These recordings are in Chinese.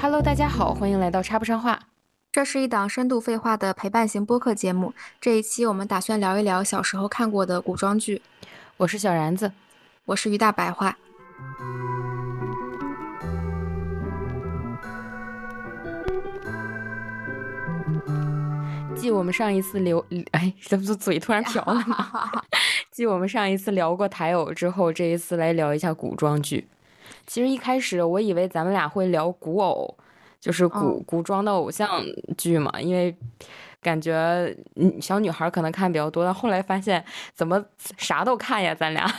Hello，大家好，欢迎来到插不上话。这是一档深度废话的陪伴型播客节目。这一期我们打算聊一聊小时候看过的古装剧。我是小然子，我是于大白话。 继我们上一次聊， 哎，怎么嘴突然瓢了 呢？继我们上一次聊过台偶之后，这一次来聊一下古装剧。其实一开始我以为咱们俩会聊古偶，就是古、嗯古装的偶像剧嘛，因为感觉嗯小女孩可能看比较多，但后来发现怎么啥都看呀，咱俩。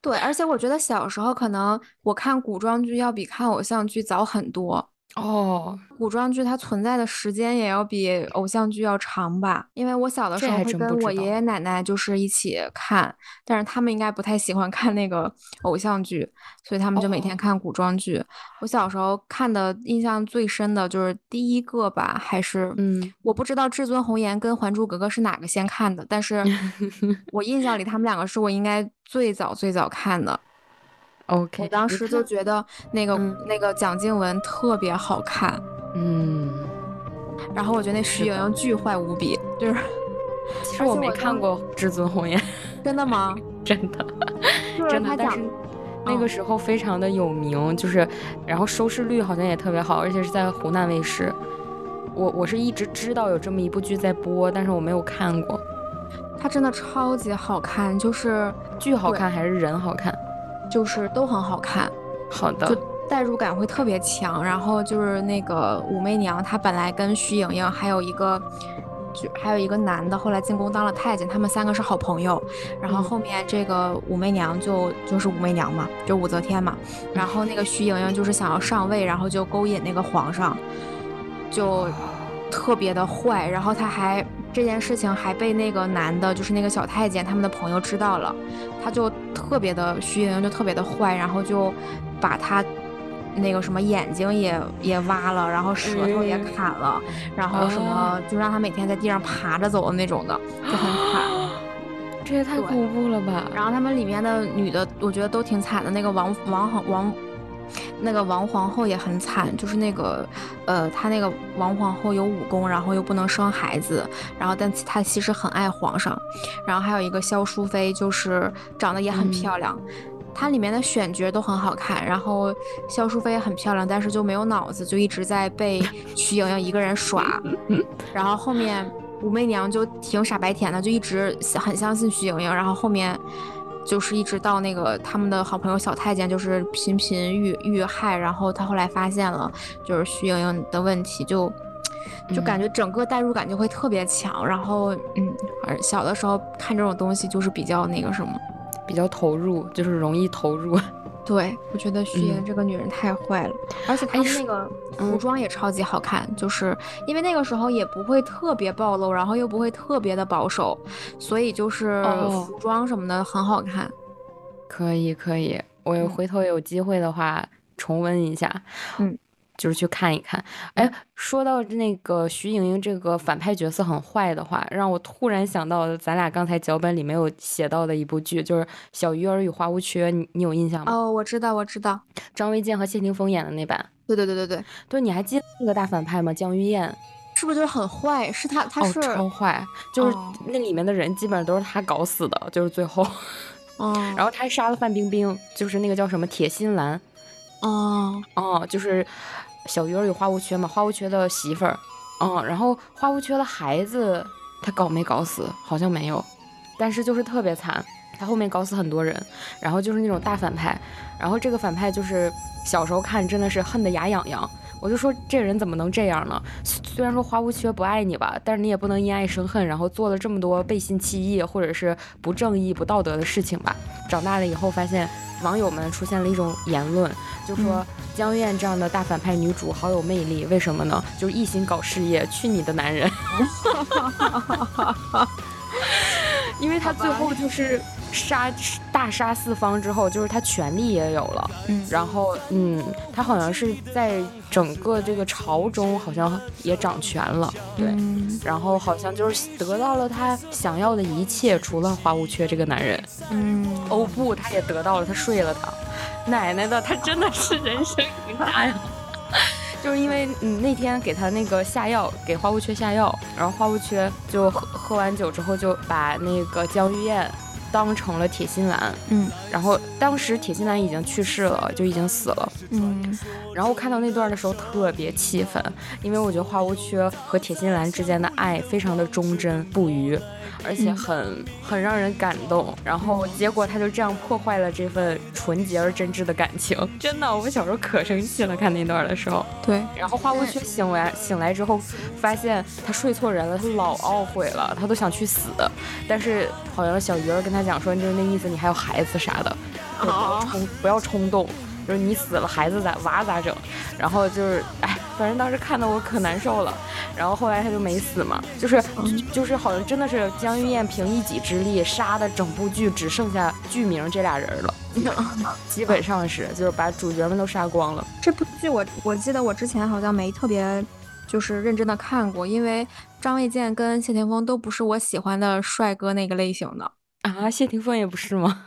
对，而且我觉得小时候可能我看古装剧要比看偶像剧早很多，哦，古装剧它存在的时间也要比偶像剧要长吧。因为我小的这时候还会真不跟知我爷道爷奶奶就是一起看，但是他们应该不太喜欢看那个偶像剧，所以他们就每天哦，看古装剧。我小时候看的印象最深的就是第一个吧，还是嗯，我不知道《至尊红颜》跟《还珠格格》是哪个先看的，但是我印象里他们两个是我应该最早最早看的。我 OK，当你时就看，觉得那个嗯那个蒋静雯特别好看，嗯，然后我觉得那徐是莹的。莹巨坏无比，就是 其实而我且没我看当过《至尊红颜》，真的吗？真的，就是真的，嗯他但讲，是那个嗯，时候非常的有名，就是然后收视率好像也特别好，而且是在湖南卫视。我我是一直知道有这么一部剧在播，但是我没有看过，他真的超级好看，就是剧好对，看还是人好看？就是都很好看。好就的，代入感会特别强。然后就是那个武媚娘，她本来跟徐盈盈还有一个，就还有一个男的，后来进宫当了太监，他们三个是好朋友。然后嗯后面这个武媚娘就就是武媚娘嘛，就武则天嘛。然后那个徐盈盈就是想要上位，然后就勾引那个皇上，就特别的坏。然后她还这件事情还被那个男的，就是那个小太监他们的朋友知道了。他就特别的徐莹莹就特别的坏，然后就把他那个什么眼睛也也挖了，然后舌头也嗯砍了，然后什么啊，就让他每天在地上爬着走的那种的，就很惨。这也太对，恐怖了吧！然后他们里面的女的，我觉得都挺惨的。那个王王皇王，那个王皇后也很惨，就是那个，呃，她那个王皇后有武功，然后又不能生孩子，然后但其她其实很爱皇上。然后还有一个萧淑妃，就是长得也很嗯，漂亮，她里面的选角都很好看。然后萧淑妃也很漂亮，但是就没有脑子，就一直在被徐莹莹一个人耍。然后后面武媚娘就挺傻白甜的，就一直相很相信徐盈盈，然后后面就是一直到那个他们的好朋友小太监就是频频遇遇害，然后他后来发现了就是徐盈盈的问题，就就嗯，感觉整个代入感就会特别强，然后嗯，而小的时候看这种东西就是比较那个什么，比较投入，就是容易投入。对我觉得徐盈嗯，莹这个女人太坏了，而且哎，她们那说个。服嗯，装也超级好看，就是因为那个时候也不会特别暴露，然后又不会特别的保守，所以就是哦。服装什么的很好看。可以可以，我嗯回头有机会的话重温一下，嗯就是去看一看。哎，嗯，说到那个徐盈盈这个反派角色很坏的话，让我突然想到咱俩刚才脚本里没有写到的一部剧，就是《小鱼儿与花无缺》，你你有印象吗？哦，我知道，我知道，张卫健和谢霆锋演的那版。对对对对对，对，你还记得那个大反派吗？江玉燕。是不是就是很坏？是他，他哦，是，超坏，就是哦那里面的人基本上都是他搞死的，就是最后， 然哦后他还杀了范冰冰，就是那个叫什么铁心兰。哦，哦，就是小鱼儿与花无缺嘛，花无缺的媳妇儿，嗯，然后花无缺的孩子，他搞没搞死？好像没有，但是就是特别惨，他后面搞死很多人，然后就是那种大反派，然后这个反派就是小时候看真的是恨得牙痒痒，我就说这人怎么能这样呢？虽虽然说花无缺不爱你吧，但是你也不能因爱生恨，然后做了这么多背信弃义或者是不正义、不道德的事情吧。长大了以后发现。网友们出现了一种言论，就嗯，说江月燕这样的大反派女主好有魅力，为什么呢？就是一心搞事业，去你的男人！ 因为好她最吧，后就是杀大杀四方之后，就是她权力也有了，嗯然后嗯，她好像是在整个这个朝中好像也掌权了，对，嗯然后好像就是得到了她想要的一切，除了花无缺这个男人。嗯，哦不，她也得到了，她睡了他，奶奶的，她真的是人生赢家呀！ 就是因为嗯那天给他那个下药，给花无缺下药，然后花无缺就喝喝完酒之后就把那个江玉燕当成了铁心兰，嗯然后当时铁心兰已经去世了，就已经死了。嗯然后我看到那段的时候特别气愤，因为我觉得花无缺和铁心兰之间的爱非常的忠贞不渝，而且很、很让人感动。然后结果他就这样破坏了这份纯洁而真挚的感情， 真的，我小时候可生气了，看那段的时候。对，然后花无缺醒来醒来之后，发现他睡错人了，他老懊悔了，他都想去死。但是好像小鱼儿跟他讲说，就是那意思，你还有孩子啥的，就不哦要冲不要冲动，就是你死了孩子咋娃咋整？然后就是哎，反正当时看的我可难受了。然后后来他就没死嘛，就是就就是好像真的是江玉燕凭一己之力杀的整部剧只剩下剧名这俩人 了，基本上是就是把主角们都杀光了。这部剧我我记得我之前好像没特别就是认真的看过，因为张卫健跟谢霆锋都不是我喜欢的帅哥那个类型的。啊，谢霆锋也不是吗？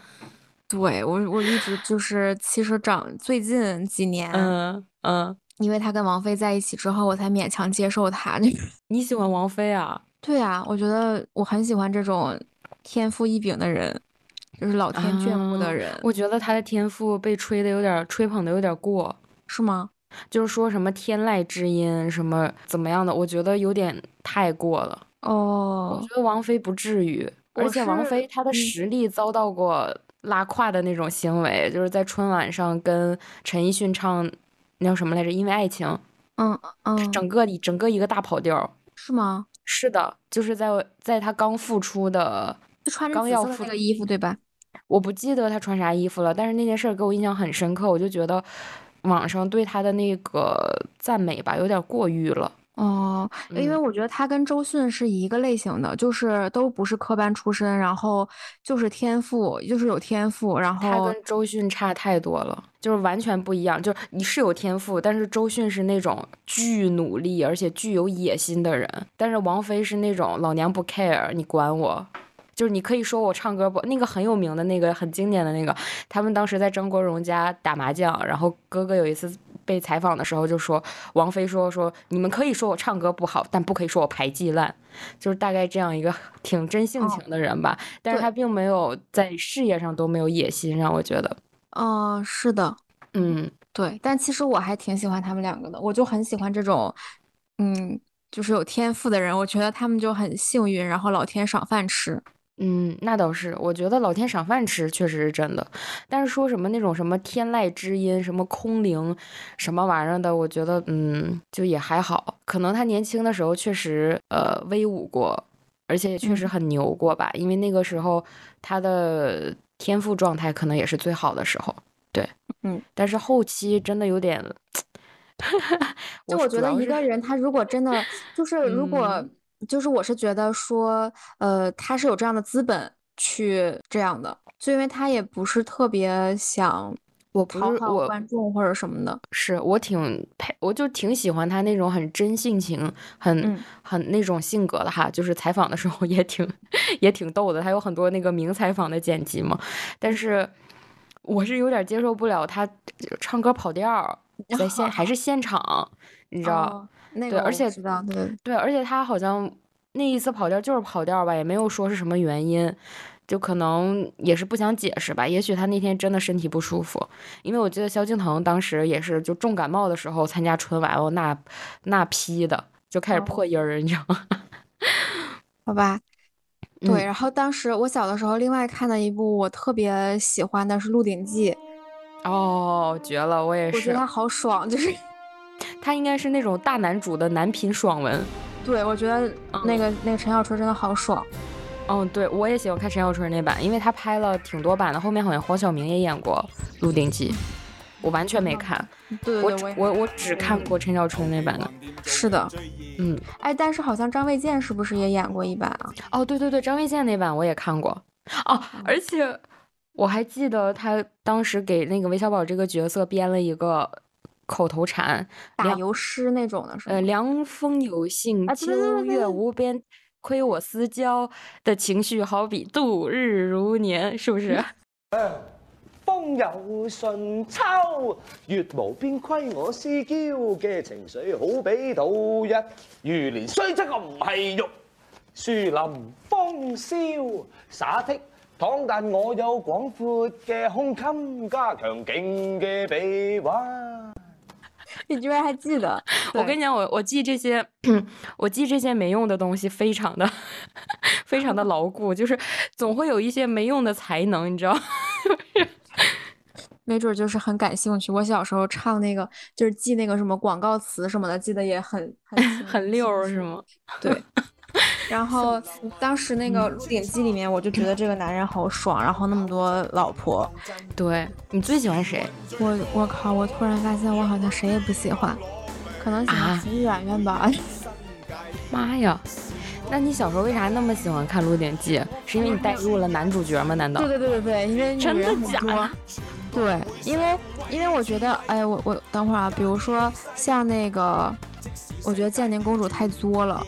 对我，我一直就是其实长最近几年，嗯嗯，因为他跟王菲在一起之后，我才勉强接受他。那你喜欢王菲啊？对啊，我觉得我很喜欢这种天赋异禀的人，就是老天眷顾啊的人，我觉得她的天赋被吹的有点儿吹捧的有点儿过，是吗？就是说什么天籁之音什么怎么样的，我觉得有点太过了。我哦，觉得王菲不至于，而我且王是菲她的嗯实力遭到过拉胯的那种行为，就是在春晚上跟陈奕迅唱那叫什么来着，《因为爱情》，嗯嗯，整个整个一个大跑调。是吗？是的，就是在在她刚复出的就穿着刚紫要色的复那个衣服，对吧？我不记得他穿啥衣服了，但是那件事儿给我印象很深刻，我就觉得网上对他的那个赞美吧，有点过于了。哦，因为嗯我觉得他跟周迅是一个类型的，就是都不是科班出身，然后就是天赋，就是有天赋，然他后跟周迅差太多了，就是完全不一样。就是你是有天赋，但是周迅是那种巨努力而且具有野心的人，但是王菲是那种老娘不 care，你管我。就是你可以说我唱歌不，那个很有名的那个很经典的那个，他们当时在张国荣家打麻将，然后哥哥有一次被采访的时候就说，王菲说说你们可以说我唱歌不好，但不可以说我排技烂，就是大概这样一个挺真性哦情的人吧。但是对他并没有在事业上都没有野心，让我觉得，嗯、呃是的。嗯，对，但其实我还挺喜欢他们两个的，我就很喜欢这种，嗯，就是有天赋的人，我觉得他们就很幸运，然后老天赏饭吃。嗯，那倒是，我觉得老天赏饭吃确实是真的，但是说什么那种什么天籁之音、什么空灵、什么玩意儿的，我觉得嗯，就也还好。可能他年轻的时候确实呃威武过，而且也确实嗯很牛过吧，因为那个时候他的天赋状态可能也是最好的时候。对，嗯，但是后期真的有点， 就我我主觉得要一是个人他如果真 的就是如果嗯就是我是觉得说，呃，他是有这样的资本去这样的，就因为他也不是特别想我不讨是好我观众或者什么的。是我挺佩，我就挺喜欢他那种很真性情、很、嗯很那种性格的哈。就是采访的时候 也挺也挺逗的，他有很多那个名采访的剪辑嘛。但是我是有点接受不了他唱歌跑调儿，在现还是现场，你知道？哦，那对个而我且知道，对，对，而且他好像那一次跑调就是跑调吧，也没有说是什么原因，就可能也是不想解释吧。也许他那天真的身体不舒服，因为我记得萧敬腾当时也是就重感冒的时候参加春晚，哦，那那批的就开始哦破音儿，你知道吗？ 好吧。对，嗯然后当时我小的时候，另外看的一部我特别喜欢的是《鹿鼎记》，哦，绝了，我也我觉是得，它好爽，就是他应该是那种大男主的男频爽文。对我觉得那个那个陈小春真的好爽。嗯，对，我也喜欢看陈小春那版，因为他拍了挺多版的，后面好像黄晓明也演过《鹿鼎记》，我完全没看，对我对只对，我我我只看过陈小春那版的。是的，嗯，哎，但是好像张卫健是不是也演过一版啊？哦，对对对，张卫健那版我也看过。哦，嗯而且我还记得他当时给那个韦小宝这个角色编了一个口头禅，打梁油诗那种的是呃，吗？凉风有信，嗯啊对对对秋对对月无边，亏我思 娇的情绪好比度日如年，是不是？風又順秋，月無邊虧我思嬌嘅情緒好比賭一如連雖則我唔係肉，樹林風蕭灑剔。倘但我有廣闊嘅胸襟，加強勁嘅臂彎。你居然还记得？ 我跟你讲，我我记这些， 我记这些没用的东西，非常的 非常的牢固，就是总会有一些没用的才能，你知道？没准儿就是很感兴趣。我小时候唱那个，就是记那个什么广告词什么的，记得也很很 清很溜儿清是楚吗？ 对。然后当时那嗯个《鹿鼎记》里面，我就觉得这个男人好爽，然后那么多老婆，嗯对你最喜欢谁？我我靠！我突然发现我好像谁也不喜欢，可能喜欢啊秦媛媛吧。妈呀！那你小时候为啥那么喜欢看《鹿鼎记》？是因为你代入了男主角吗？难道对？对对对对，因为女真的人很假多的对，因为因为我觉得，哎，我我等会儿啊，比如说像那个，我觉得建宁公主太作了，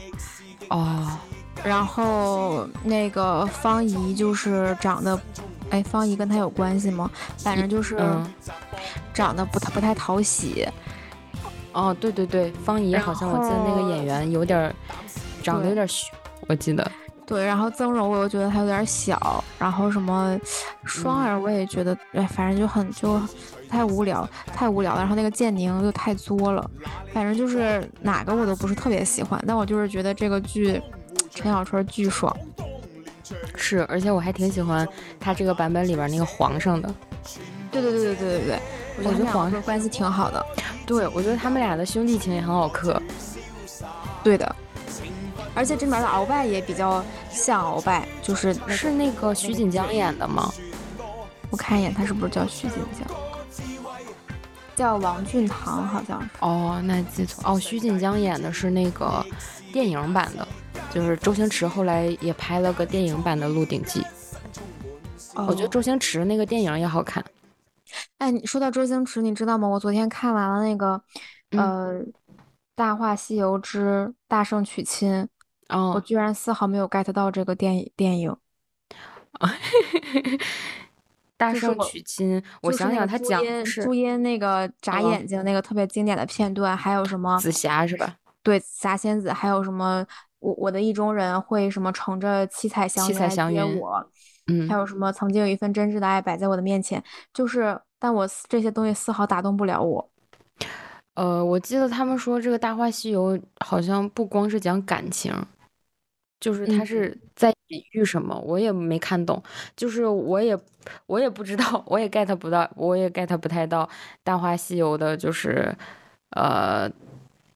哦，然后那个方怡就是长得，哎，方怡跟她有关系吗？反正就是嗯，长得不太不太讨喜，哦，对对对，方怡好像我记得那个演员有点儿长得有点虚，我记得。对，然后曾柔我又觉得她有点小，然后什么双儿我也觉得，哎，反正就很就太无聊，太无聊了。然后那个建宁又太作了，反正就是哪个我都不是特别喜欢，但我就是觉得这个剧陈小春巨爽。是，而且我还挺喜欢他这个版本里边那个皇上的。对对对对对对对，我觉我得觉得他皇们俩上关系挺好的。对，我觉得他们俩的兄弟情也很好磕。对的，而且这里面的鳌拜也比较像鳌拜，就是那是那个徐锦江演的吗？我看一眼他是不是叫徐锦江，叫王俊堂好像是。哦，那记错。哦，徐锦江演的是那个电影版的，就是周星驰后来也拍了个电影版的《鹿鼎记》，我觉得哦周星驰那个电影也好看。哎，你说到周星驰，你知道吗？我昨天看完了那个，嗯呃，《大话西游之大圣娶亲》，我哦，居然丝毫没有 get 到这个电影电影。大就是圣我娶亲，我就是想那想，个他朱讲茵的是朱茵那个眨哦眼睛那个特别经典的片段，还有什么紫霞是吧？对霞仙子，还有什么我我的意中人会什么乘着七彩祥七云彩来祥接云我，嗯还，有什么曾经有一份真挚的爱摆在我的面前，就是但我丝这些东西丝毫打动不了我。呃，我记得他们说这个《大话西游》好像不光是讲感情，就是他嗯是在比喻什么，我也没看懂，就是我也我也不知道， 我也 get 不到，我也 get 不太到《大话西游》的，就是呃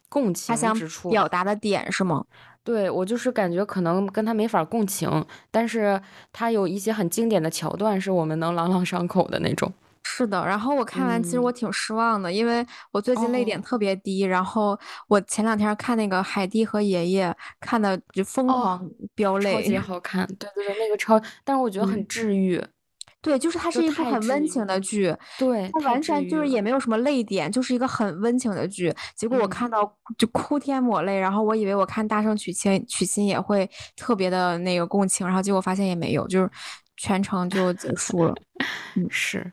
共情他想之处。表达的点是吗？对我就是感觉可能跟他没法共情，但是他有一些很经典的桥段是我们能朗朗上口的那种。是的，然后我看完，其实我嗯挺失望的，因为我最近泪点哦特别低。然后我前两天看那个《海蒂和爷爷》，看的就疯哦狂飙超级泪。好看，对对对，那个超，但是我觉得很嗯治愈，对，就是它就是一部太很治温愈情的剧，对，它太完治全就愈是了也没有什么泪点，就是一个很温情的剧。结果我嗯看到就哭天抹泪，然后我以为我看《大圣娶亲》娶亲也会特别的那个共情，然后结果发现也没有，就是全程就结束了。是，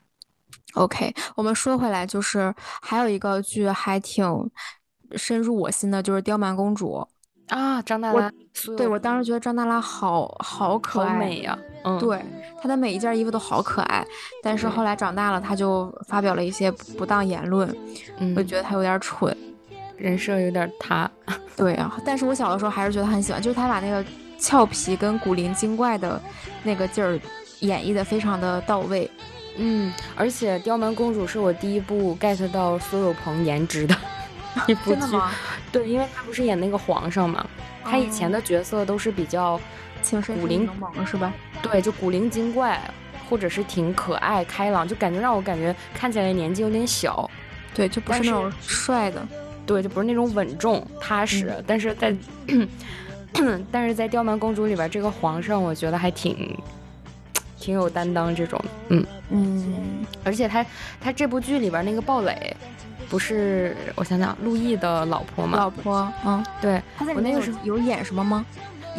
OK，我们说回来，就是还有一个剧还挺深入我心的，就是《刁蛮公主啊，张大我拉苏》。有对，我当时觉得张娜拉好好可好爱，美呀、嗯，对，她的每一件衣服都好可爱。但是对后来长大了，她就发表了一些不不当言论，嗯，我觉得她有点蠢。人设有点塌，对啊，但是我小的时候还是觉得她很喜欢，就是她把那个俏皮跟古灵精怪的那个劲儿演绎的非常的到位。嗯，而且《刁蛮公主》是我第一部 get 到苏有朋颜值 的一部真的剧，吗？哦对，因为她不是演那个皇上嘛，她以前的角色都是比较情深古深雨灵蒙蒙是吧？对，就古灵精怪，或者是挺可爱开朗，就感觉让我感觉看起来年纪有点小，对，就不但是那是嗯种帅的。对，就不是那种稳重踏实，但是在但是在《刁蛮公主》里边，这个皇上我觉得还挺挺有担当这种，嗯，嗯，而且他他这部剧里边那个鲍蕾，不是我想想，陆毅的老婆嘛，老婆，嗯，对，她在我里面那有个时候有演什么吗？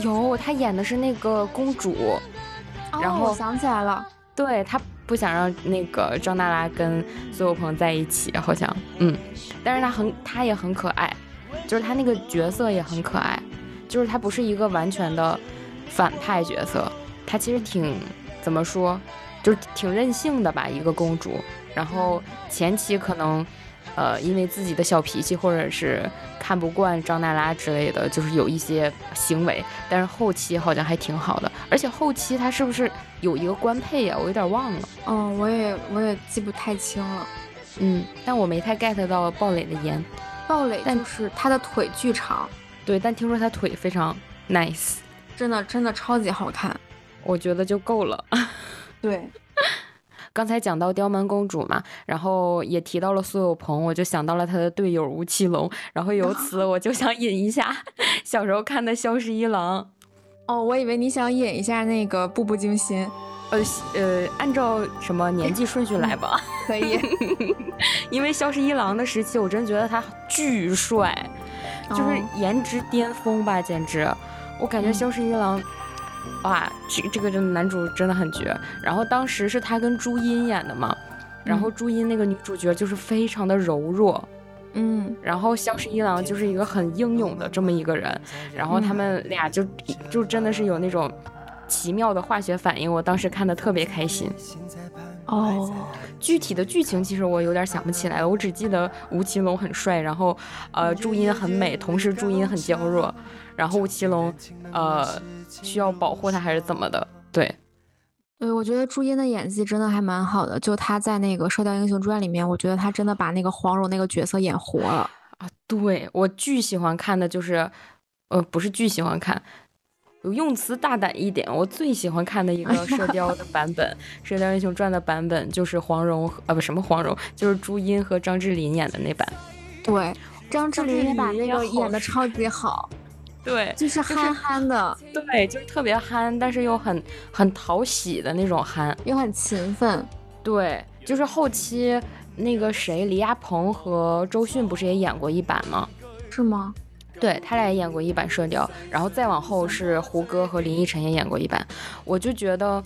有他演的是那个公主，然哦我后想起来了，对他不想让那个张娜拉跟苏有朋在一起，好像嗯，但是她很她也很可爱，就是她那个角色也很可爱，就是她不是一个完全的反派角色，她其实挺怎么说，就是挺任性的吧，一个公主。然后前期可能，呃，因为自己的小脾气或者是看不惯张娜拉之类的，就是有一些行为，但是后期好像还挺好的。而且后期她是不是有一个官配呀、我有点忘了。嗯，我也我也记不太清了。嗯，但我没太 get 到鲍蕾的颜。鲍蕾但就是她的腿巨长，对，但听说她腿非常 nice，真的真的超级好看。我觉得就够了。对， 刚才讲到刁蛮公主嘛，然后也提到了苏有朋，我就想到了他的队友吴奇隆，然后由此我就想引一下小时候看的《萧十一郎》。哦，我以为你想演一下那个《步步惊心》，呃西呃，按照什么年纪顺序来吧，可以，因为萧十一郎的时期，我真觉得他巨帅，就是哦颜值巅峰吧，简直！我感觉嗯萧十一郎，哇，这这个这男主真的很绝。然后当时是他跟朱茵演的嘛，然后朱茵那个女主角就是非常的柔弱， 嗯，然后萧十一郎就是一个很英勇的这么一个人，然嗯后他们俩就就真的是有那种奇妙的化学反应，我当时看的特别开心。哦，具体的剧情其实我有点想不起来了，我只记得吴奇隆很帅，然后呃朱茵很美，同时朱茵很娇弱，然后吴奇隆呃需要保护她还是怎么的？对，对，我觉得朱茵的演技真的还蛮好的，就她在那个《射雕英雄传》里面，我觉得她真的把那个黄蓉那个角色演活了。啊，对我巨喜欢看的就是，呃，不是巨喜欢看，我用词大胆一点，我最喜欢看的一个《射雕》的版本，《射雕英雄传》的版本就是黄蓉和，啊，不什么黄蓉，就是朱茵和张智霖演的那版。对，张智张霖智也把霖那也个好演的超级好，对就是是憨憨的，对，就是特别憨，但是又很很讨喜的那种憨。又很勤奋。对，就是后期那个谁，李亚鹏和周迅不是也演过一版吗？是吗？对他俩也演过一版《射雕》，然后再往后是胡歌和林依晨也演过一版。我就觉得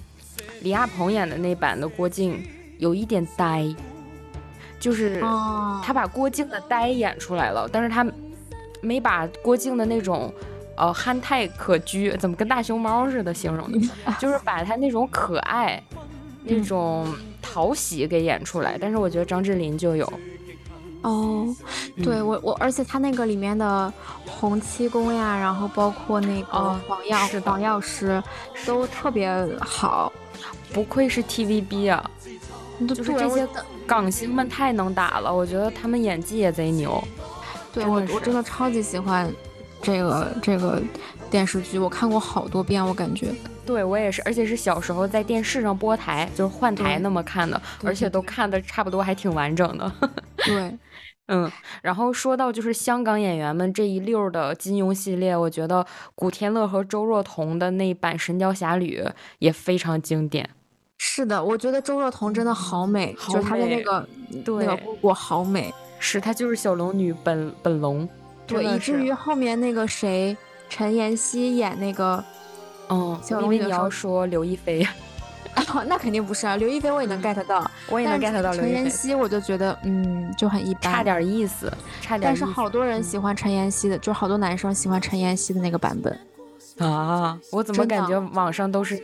李亚鹏演的那版的郭靖有一点呆，就是哦，他把郭靖的呆演出来了，但是他没把郭靖的那种。呃，憨态可掬，怎么跟大熊猫似的形容 的？就是把他那种可爱、那嗯种讨喜给演出来。但是我觉得张智霖就有，哦，对我我，而且他那个里面的洪七公呀，然后包括那个哦黄药、是的黄药师都特别好，不愧是 TVB 啊！就就是这些的。港星们太能打了，我觉得他们演技也贼牛。对真我的是我真的超级喜欢这个这个电视剧，我看过好多遍，我感 觉对我也是，而且是小时候在电视上播台，就是换台那么看的，对而且都看的差不多，还挺完整的。对，嗯，然后说到就是香港演员们这一溜儿的金庸系列，我觉得古天乐和周若彤的那版《神雕侠侣》也非常经典。是的，我觉得周若彤真的嗯好美，好就是她的那美个对那个姑姑好美，是，她就是小龙女本本龙。对，真的以至是于后面那个谁陈妍希演那 个，嗯，小我以龙为女你的要手说刘亦菲，那肯定不是啊，刘亦菲我也能 get 到，我也能但是 get 到刘陈亦妍菲，希，我就觉得嗯就很一般，差。点意思，差点但意是思。嗯好多人喜欢陈妍希的，就是好多男生喜欢陈妍希的那个版本，啊，我怎么真感的觉网上都是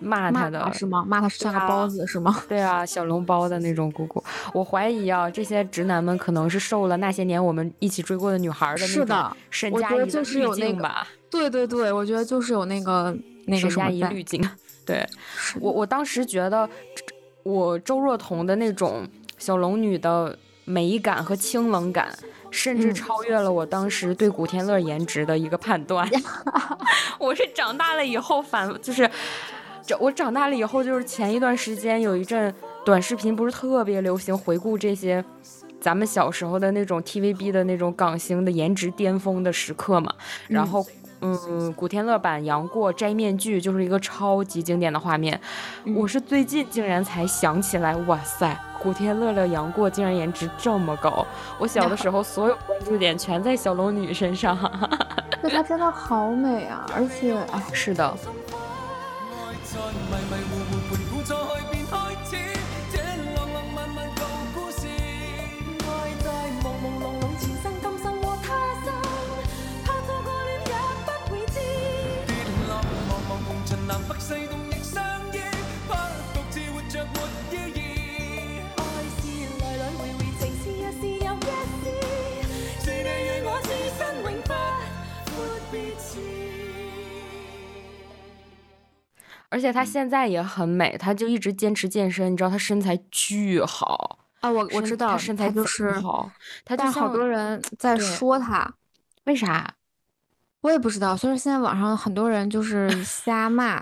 骂他骂的？她是吗？骂她是像个对啊包子是吗？对啊，小笼包的那种姑姑，我怀疑啊，这些直男们可能是受了那些年我们一起追过的女孩的 是那种的沈我佳觉得宜就的是滤有那镜个吧， 对对对，我觉得就是有那个那个沈什佳么宜在滤镜。对是我，我当时觉得我周若彤的那种小龙女的美感和清冷感，甚至嗯超越了我当时对古天乐颜值的一个判 断。我是长大了以后反就是，这我长大了以后就是前一段时间有一阵短视频不是特别流行回顾这些。咱们小时候的那种 TVB 的那种港星的颜值巅峰的时刻嘛，然后，嗯，古天乐版杨过摘面具就是一个超级经典的画面。我是最近竟然才想起来，哇塞，古天乐的杨过竟然颜值这么高！我小的时候所有关注点全在小龙女身上。 对她真的好美啊，而且哎是的，在迷迷糊糊盘古初开便开始，而且她现在也很美，她就一直坚持健身，你知道她身材巨好，啊，我我身知道，她身材她就贼是，好，她就但好像多人在对说他，为啥？我也不知道。所以说现在网上很多人就是瞎骂，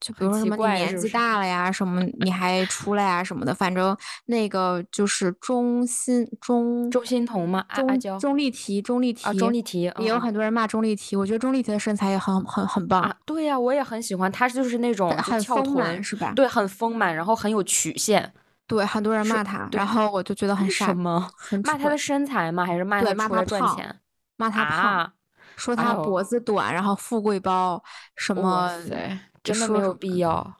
就比很如说什奇么你怪年是不纪是大了呀，什么你还出来呀什么的，反正那个就是钟欣钟钟欣桐吗？阿阿钟娇钟丽缇，钟丽缇，啊，钟丽缇也也有很多人骂钟丽缇，我觉得钟丽缇的身材也很很很棒，啊，对呀、我也很喜欢她，就是那种就很翘丰满臀，是吧？对，很丰满，然后很有曲线。对，很多人是骂她，对然后我就觉得很为傻什，么很骂她蠢的身材吗？还是骂对她骂出她来赚胖钱骂她胖，啊？说哎她呦脖子短，然后富贵包什哇么，塞，真的说没什有么必要。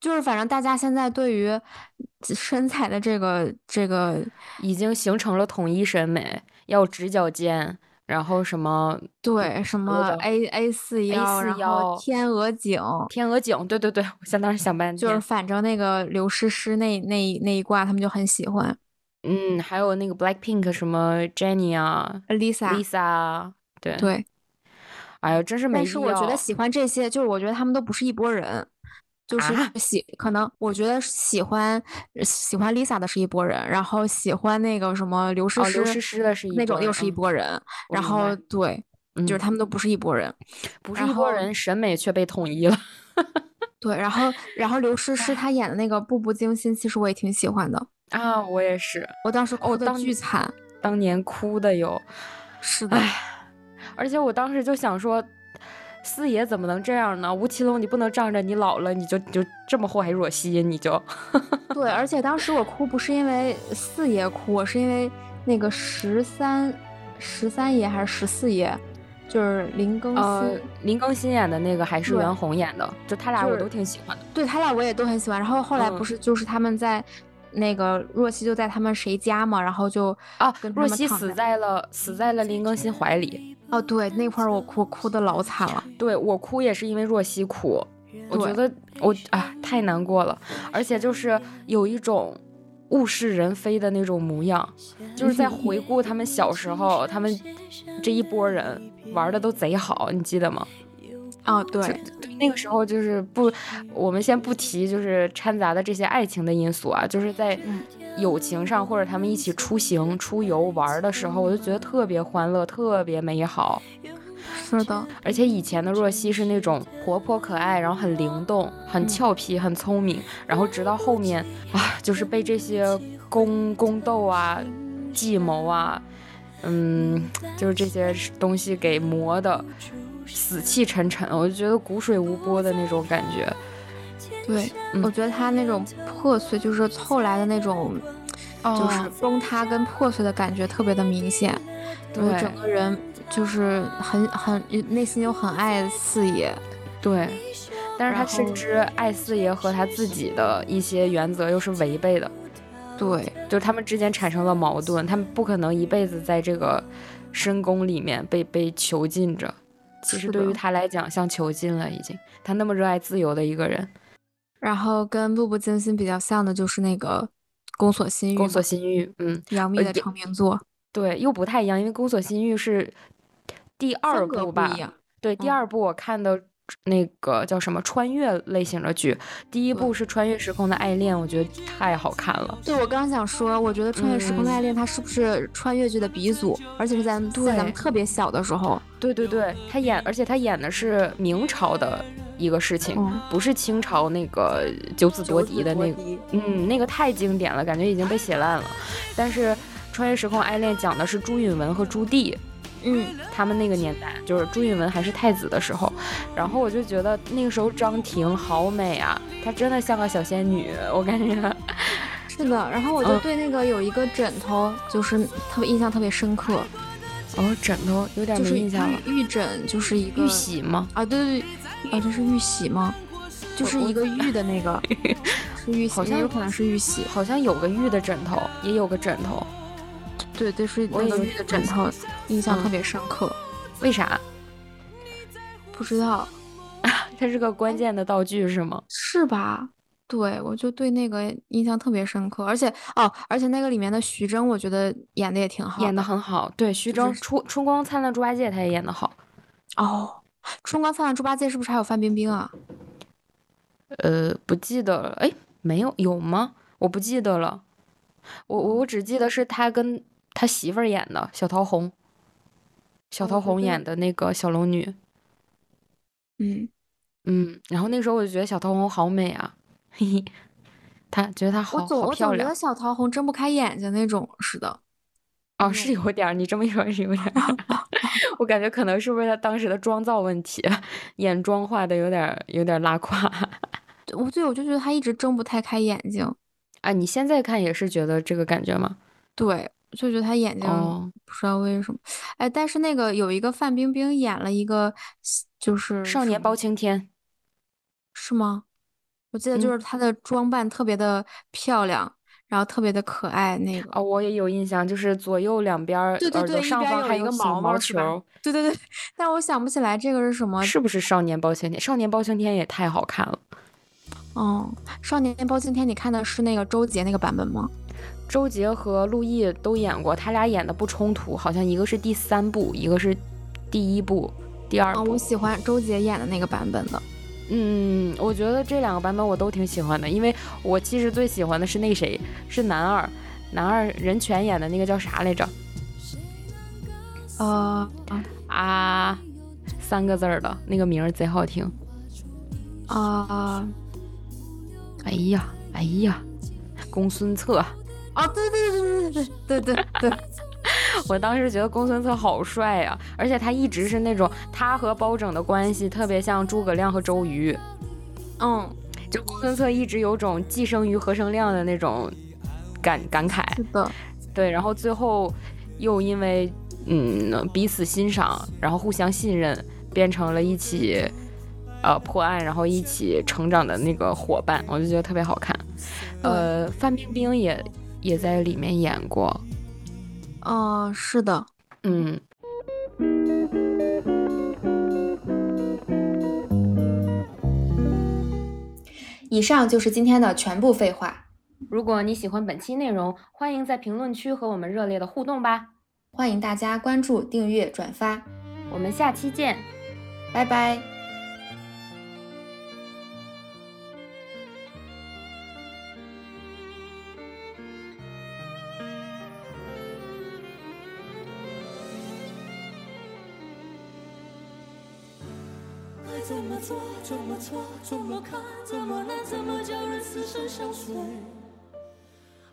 就是反正大家现在对于身材的这个这个，已经形成了统一审美，要直角肩，然后什么对什么的 A A 四腰，然后腰天鹅颈，天鹅颈，对对对，我相当是想半就天。是反正那个刘诗诗那那一那一挂，他们就很喜欢嗯，还有那个 Blackpink 什么 Jennie 啊 Lisa， ，Lisa 啊，对，对。哎呀，真是没但必是我觉得要喜欢这些，就是我觉得他们都不是一拨人，就是啊 喜可能我觉得喜欢喜欢 Lisa 的是一拨人，然后喜欢那个什么刘诗哦诗、刘诗诗的是一那拨种又人是一嗯拨人，我然明后白对，就是嗯他们都不是一拨人，不是然一拨后人，审美却被统一了。 对，然后然后刘诗诗她演的那个《步步惊心》，其实我也挺喜欢的，啊，我也是，我当时哭哦的当巨惨，当年哭的哟，是的，而且我当时就想说。四爷怎么能这样呢？吴奇隆，你不能仗着你老了，你就你就这么祸害若曦，你 就对，而且当时我哭不是因为四爷哭，我是因为那个十三十三爷还是十四爷，就是林更新，呃，林更新演的那个还是对袁弘演的，就他俩就我是都挺喜欢的。对他俩我也都很喜欢。然后后来不嗯是就是他们在那个若曦就在他们谁家嘛，然后就啊跟，他若们曦躺死在了死在了林更新怀里。哦对那块儿我哭哭的老惨了，对我哭也是因为若曦哭，我对觉得我啊太难过了，而且就是有一种物是人非的那种模样，就是在回顾他们小时候，他们这一波人玩的都贼好，你记得吗？哦对对，那个时候就是不，我们先不提就是掺杂的这些爱情的因素啊，就是在友情上或者他们一起出行、出游玩的时候，我就觉得特别欢乐，特别美好。是的，而且以前的若曦是那种活泼可爱，然后很灵动、很俏皮、很聪明，然后直到后面啊，就是被这些宫宫斗啊、计谋啊，嗯，就是这些东西给磨的死气沉沉，我就觉得骨水无波的那种感觉。对，嗯我觉得他那种破碎就是后来的那种。就是哦崩塌跟破碎的感觉特别的明显，就是对整个人就是很很内心又很爱四爷，对，但是他然后深知艾四爷和他自己的一些原则又是违背的，对就是他们之间产生了矛盾，他们不可能一辈子在这个深宫里面被被囚禁着。其是实对于的他来讲，像囚禁了已经。他那么热爱自由的一个人，然后跟《步步惊心》比较像的就是那个《宫锁心玉》 《嘛，宫锁心玉》嗯，杨幂呃的也成名作，对，又不太一样，因为《宫锁心玉》是第二风格部不吧一？样。对，第嗯二部我看的那个叫什么穿越类型的剧，第一对部是《穿越时空的爱恋》，我觉得太好看了。对，我刚想说，我觉得《穿越时空的爱恋》它是不是穿越剧的鼻祖？而且是在咱们在咱嗯对们特别小的时候，对对对，他演，而且他演的是明朝的一个事情，嗯不是清朝那个哦九子夺嫡的那个，个。嗯，那个太经典了，感觉已经被写烂了。但是《穿越时空爱恋》讲的是朱允炆和朱棣，嗯，他们那个年代，就是朱允炆还是太子的时候，然后我就觉得那个时候张婷好美啊，她真的像个小仙女，我感觉。是的。然后我就嗯对那个有一个枕头，就是特别印象特别深刻，哦，枕头有点就没是印象了。玉玉枕，就是一个玉玺吗？啊，对对对，啊，这是玉玺吗？就是一个玉的那个， 是玉玺，好像有可能是玉玺。好像有个玉的枕头，也有个枕头，对对，是我那也个有玉的枕头，印象特嗯别深刻。为啥？不知道它是个关键的道具是吗？是吧？对，我就对那个印象特别深刻，而且哦，而且那个里面的徐峥，我觉得演的也挺好嗯演的很好，对，啊徐就峥是春春光灿烂猪八戒他也演的好，哦。《春光灿烂猪八戒》是不是还有范冰冰啊？呃，不记得了，哎，没有有吗？我不记得了，我我我只记得是他跟他媳妇儿演的小桃红，小哦桃对红对演的那个小龙女，嗯，嗯，然后那时候我就觉得小桃红好美啊，嘿嘿，她觉得她好我总好我漂总觉得亮小桃红睁不开眼睛那种似的。哦，嗯是有点儿，你这么一说，是有点儿， 我感觉可能是不是她当时的妆造问题，眼妆画的有点儿有点儿拉胯对我对我就觉得她一直睁不太开眼睛，啊？你现在看也是觉得这个感觉吗？对，就觉得她眼睛哦，不知道为什么。哎，但是那个有一个范冰冰演了一个，就是少什年包么青天，是吗？我记得就嗯是她的装扮特别的漂亮，然后特别的可爱那个。啊，我也有印象，就是左右两边儿对对耳朵对，一上边方有还一个小毛毛毛是球吧儿，对对对，但我想不起来这个是什么。是不是少年包青天？少年包青天也太好看了。哦，少年包青天，你看的是那个周杰那个版本嗯吗？周杰和陆毅都演过，他俩演的不冲突，好像一个是第三部，一个是第一部、第二啊、部。我喜欢周杰演的那个版本的。嗯，我觉得这两个版本我都挺喜欢的，因为我其实最喜欢的是那谁，是男二，男二任泉演的那个叫啥来着？呃，啊啊，三个字儿的那个名儿贼好听。啊哎呀，哎呀，公孙策，啊！对对对对对对对对对，我当时觉得公孙策好帅呀、而且他一直是那种他和包拯的关系特别像诸葛亮和周瑜，嗯，就公孙策一直有种既生瑜何生亮的那种感感慨。是的，对，然后最后又因为嗯彼此欣赏，然后互相信任，变成了一起呃破案，然后一起成长的那个伙伴，我就觉得特别好看。呃，范冰冰也也在里面演过，哦、是的，嗯。以上就是今天的全部废话，如果你喜欢本期内容，欢迎在评论区和我们热烈的互动吧。欢迎大家关注、订阅、转发，我们下期见。拜拜。爱怎么做，怎么错，怎么看，怎么难，怎么叫人死生相随？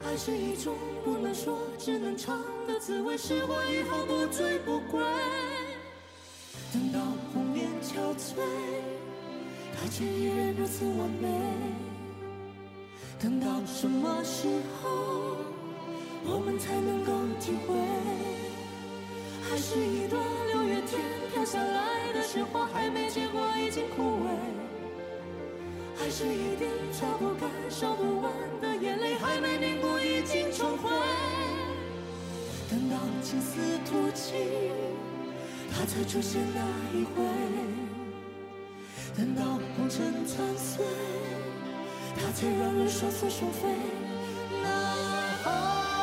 爱是一种不能说，只能尝的滋味，是我以后不醉不归。等到红颜憔悴，他却依然如此完美。等到什么时候，我们才能够体会？还是一朵六月天飘下来的鲜花，还没结果已经枯萎。还是一滴擦不干、烧不完的眼泪，还没凝固已经成灰。等到情丝吐尽，它才出现那一回。等到红尘残碎，它才让人双宿双飞。那。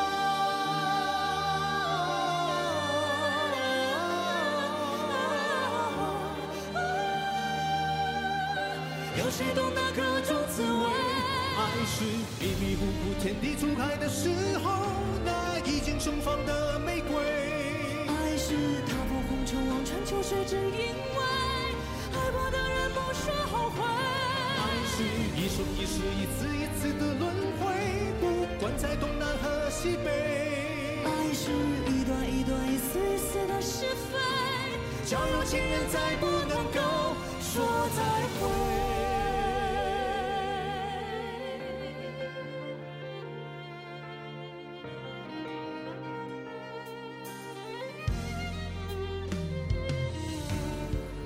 有谁懂那各种滋味？爱是迷迷糊糊天地初开的时候，那已经盛放的玫瑰。爱是踏破红尘望穿秋水，只因为爱过的人不说后悔。爱是一生一世一次一次的轮回，不管在东南和西北。爱是一段一段、一丝一丝的是非，交有情人再不能够说再会。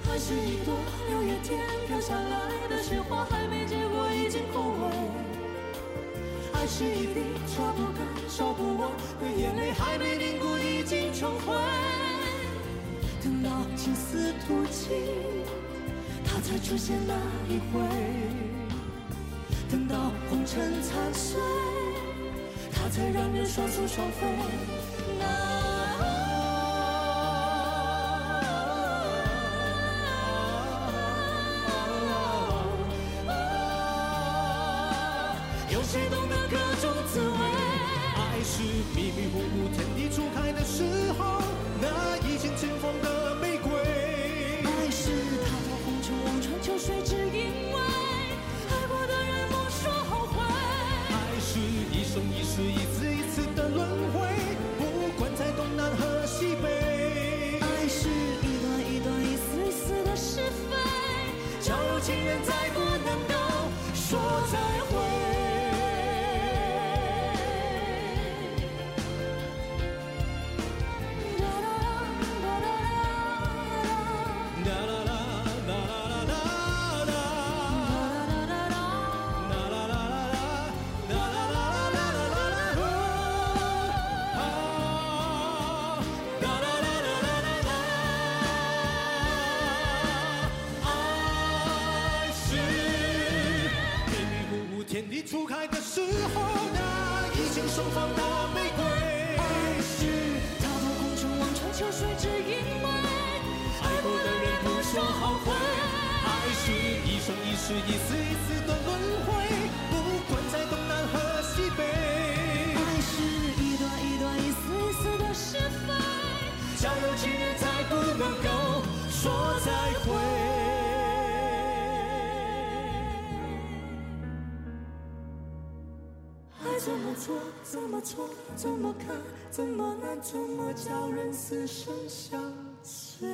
爱是一朵六月天飘下来的雪花，还没结果已经枯萎。爱是一滴擦不干、烧不完的眼泪，还没凝固已经成灰。等到情丝吐尽，它才出现那一回。等到红尘残碎，它才让人双宿双飞。那。啊迷迷糊糊天地初开的时候，那一见倾风的玫瑰。爱是滔滔红尘望穿秋水，只因为爱过的人莫说后悔。爱是一生一世一次一次的轮回，不管在东南和西北，爱是一段一段、一丝一丝的是非，究竟人再不能够说再会。哒哒哒哒哒啦啦啦啦啦啦啦啦。哒哒哒哒。啦啦啦啦啦啦啦啦啦啦啦啦啦啦啦爱是迷迷糊糊天地初开的时候，那已经盛放的玫瑰。爱是滔滔红尘望穿秋水，只因为爱过的人不说后悔。爱是一生一世一次一次的轮回，不管在东南和西北。爱是一段一段、一丝一丝的是非，想有情人才不能够说再会。爱怎么做，怎么错，怎么看，怎么难，怎么叫人死生相随。